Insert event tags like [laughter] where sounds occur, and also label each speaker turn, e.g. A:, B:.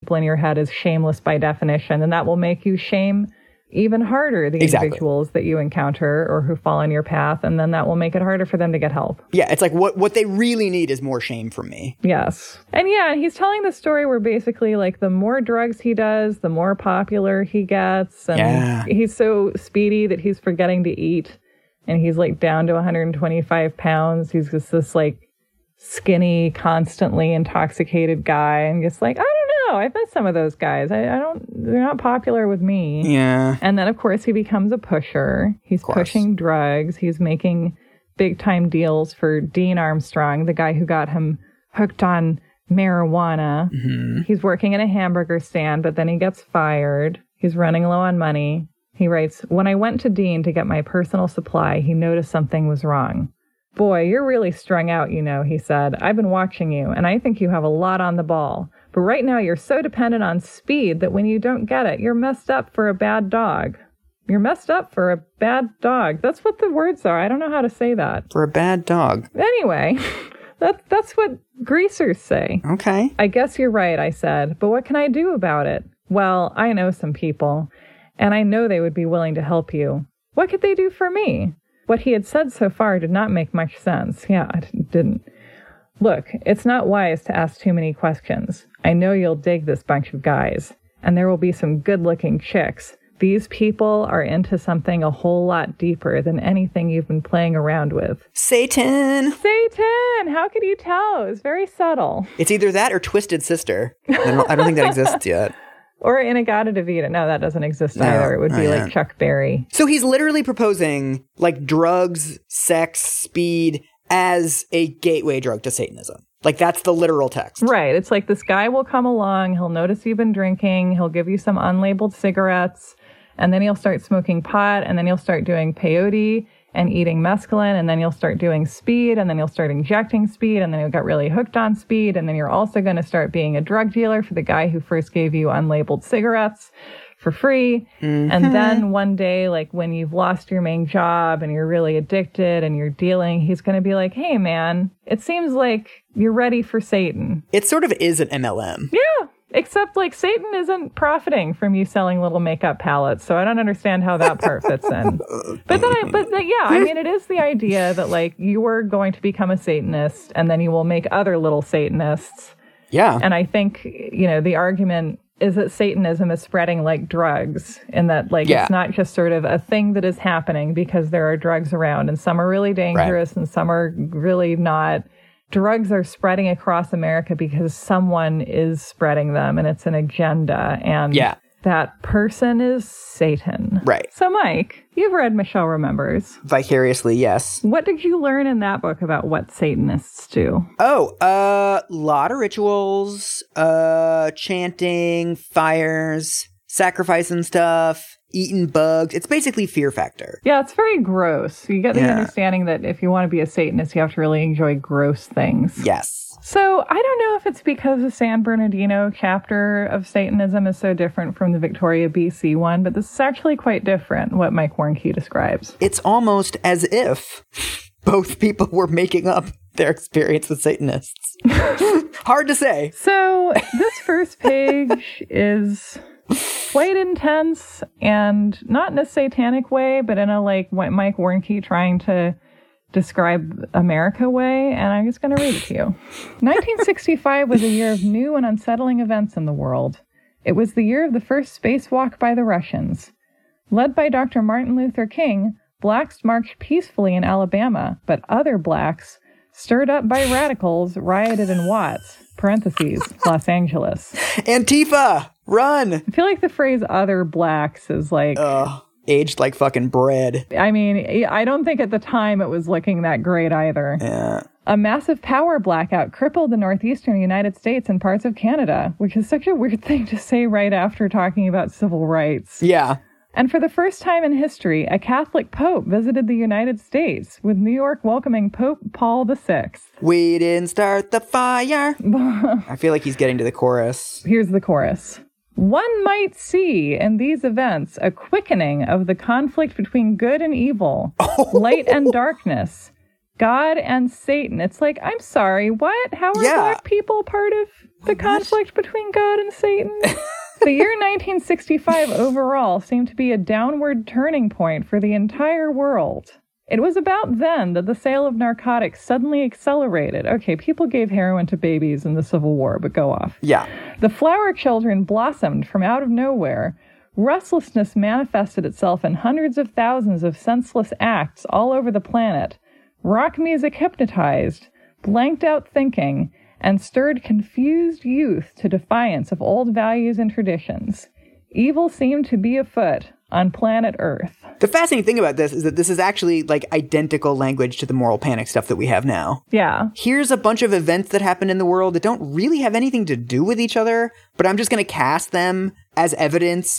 A: principle in your head is shameless by definition, and that will make you shame even harder the
B: Exactly.
A: individuals that you encounter or who fall on your path, and then that will make it harder for them to get help.
B: Yeah, it's like what what they really need is more shame from me.
A: Yes. And yeah, he's telling the story where basically like the more drugs he does, the more popular he gets. And
B: Yeah.
A: he's so speedy that he's forgetting to eat. And he's like down to 125 pounds. He's just this like skinny, constantly intoxicated guy. And just like, I don't know. I've met some of those guys. I, I don't, they're not popular with me.
B: Yeah.
A: And then, of course, he becomes a pusher. He's
B: course.
A: pushing drugs. He's making big time deals for Dean Armstrong, the guy who got him hooked on marijuana.
B: Mm-hmm.
A: He's working in a hamburger stand, but then he gets fired. He's running low on money. He writes When I went to Dean to get my personal supply, he noticed something was wrong. Boy, you're really strung out, you know, he said. I've been watching you, and I think you have a lot on the ball. But right now, you're so dependent on speed that when you don't get it, you're messed up for a bad dog. You're messed up for a bad dog. That's what the words are. I don't know how to say that.
B: For a bad dog.
A: Anyway, [laughs] that, that's what greasers say.
B: Okay.
A: I guess you're right, I said, but what can I do about it? Well, I know some people, and I know they would be willing to help you. What could they do for me? What he had said so far did not make much sense. Yeah, it didn't. Look, it's not wise to ask too many questions. I know you'll dig this bunch of guys, and there will be some good looking chicks. These people are into something a whole lot deeper than anything you've been playing around with.
B: Satan.
A: Satan! How could you tell? It was very subtle.
B: It's either that or Twisted Sister. I don't, I don't
A: [laughs]
B: think that exists yet.
A: Or Inagata Devita. No, that doesn't exist either. It would
B: not
A: be
B: yet.
A: like Chuck Berry.
B: So he's literally proposing like drugs, sex, speed as a gateway drug to Satanism. Like that's the literal text.
A: Right. It's like this guy will come along, he'll notice you've been drinking, he'll give you some unlabeled cigarettes, and then he'll start smoking pot, and then he'll start doing peyote and eating mescaline, and then you'll start doing speed, and then you'll start injecting speed, and then you'll get really hooked on speed, and then you're also going to start being a drug dealer for the guy who first gave you unlabeled cigarettes for free. And then one day, like when you've lost your main job and you're really addicted and you're dealing, he's going to be like, hey, man, it seems like you're ready for Satan.
B: It sort of is an MLM.
A: Yeah. Except like Satan isn't profiting from you selling little makeup palettes, so I don't understand how that part fits in. But then, I, but then, yeah, I mean, it is the idea that like you are going to become a Satanist, and then you will make other little Satanists.
B: Yeah.
A: And I think you know the argument is that Satanism is spreading like drugs, and that like
B: Yeah.
A: it's not just sort of a thing that is happening because there are drugs around, and some are really dangerous, and some are really not drugs are spreading across America because someone is spreading them and it's an agenda. And
B: Yeah.
A: that person is Satan.
B: Right.
A: So, Mike, you've read Michelle Remembers.
B: Vicariously, yes.
A: What did you learn in that book about what Satanists do?
B: Oh, uh, lot of rituals, uh, chanting, fires, sacrificing stuff, eating bugs. It's basically fear factor.
A: Yeah, it's very gross. You get the
B: Yeah.
A: understanding that if you want to be a Satanist, you have to really enjoy gross things.
B: Yes.
A: So I don't know if it's because the San Bernardino chapter of Satanism is so different from the Victoria, BC one, but this is actually quite different, what Mike Warnke describes.
B: It's almost as if [laughs] both people were making up their experience with Satanists. Hard to say.
A: So this first page is quite intense and not in a satanic way, but in a like what Mike Warnke trying to describe America way. And I'm just going to read it to you. 1965 was a year of new and unsettling events in the world. It was the year of the first spacewalk by the Russians. Led by Dr. Martin Luther King, blacks marched peacefully in Alabama, but other blacks, stirred up by radicals, rioted in Watts, parentheses, Los Angeles.
B: Antifa, run!
A: I feel like the phrase other blacks is like,
B: Ugh, aged like fucking bread.
A: I mean, I don't think at the time it was looking that great either.
B: Yeah.
A: A massive power blackout crippled the northeastern United States and parts of Canada, which is such a weird thing to say right after talking about civil rights.
B: Yeah.
A: And for the first time in history, a Catholic pope visited the United States, with New York welcoming Pope Paul VI.
B: We didn't start the fire. I feel like he's getting to the chorus.
A: Here's the chorus. One might see in these events a quickening of the conflict between good and evil, light and darkness, God and Satan. It's like, I'm sorry, what? How are
B: Yeah.
A: black people part of The conflict between God and Satan. the year 1965 overall seemed to be a downward turning point for the entire world. It was about then that the sale of narcotics suddenly accelerated. Okay, people gave heroin to babies in the Civil War, but go off.
B: Yeah.
A: The flower children blossomed from out of nowhere. Restlessness manifested itself in hundreds of thousands of senseless acts all over the planet. Rock music hypnotized, blanked out thinking, and stirred confused youth to defiance of old values and traditions. Evil seemed to be afoot on planet Earth.
B: The fascinating thing about this is that this is actually like identical language to the moral panic stuff that we have now.
A: Yeah.
B: Here's a bunch of events that happened in the world that don't really have anything to do with each other, but I'm just going to cast them as evidence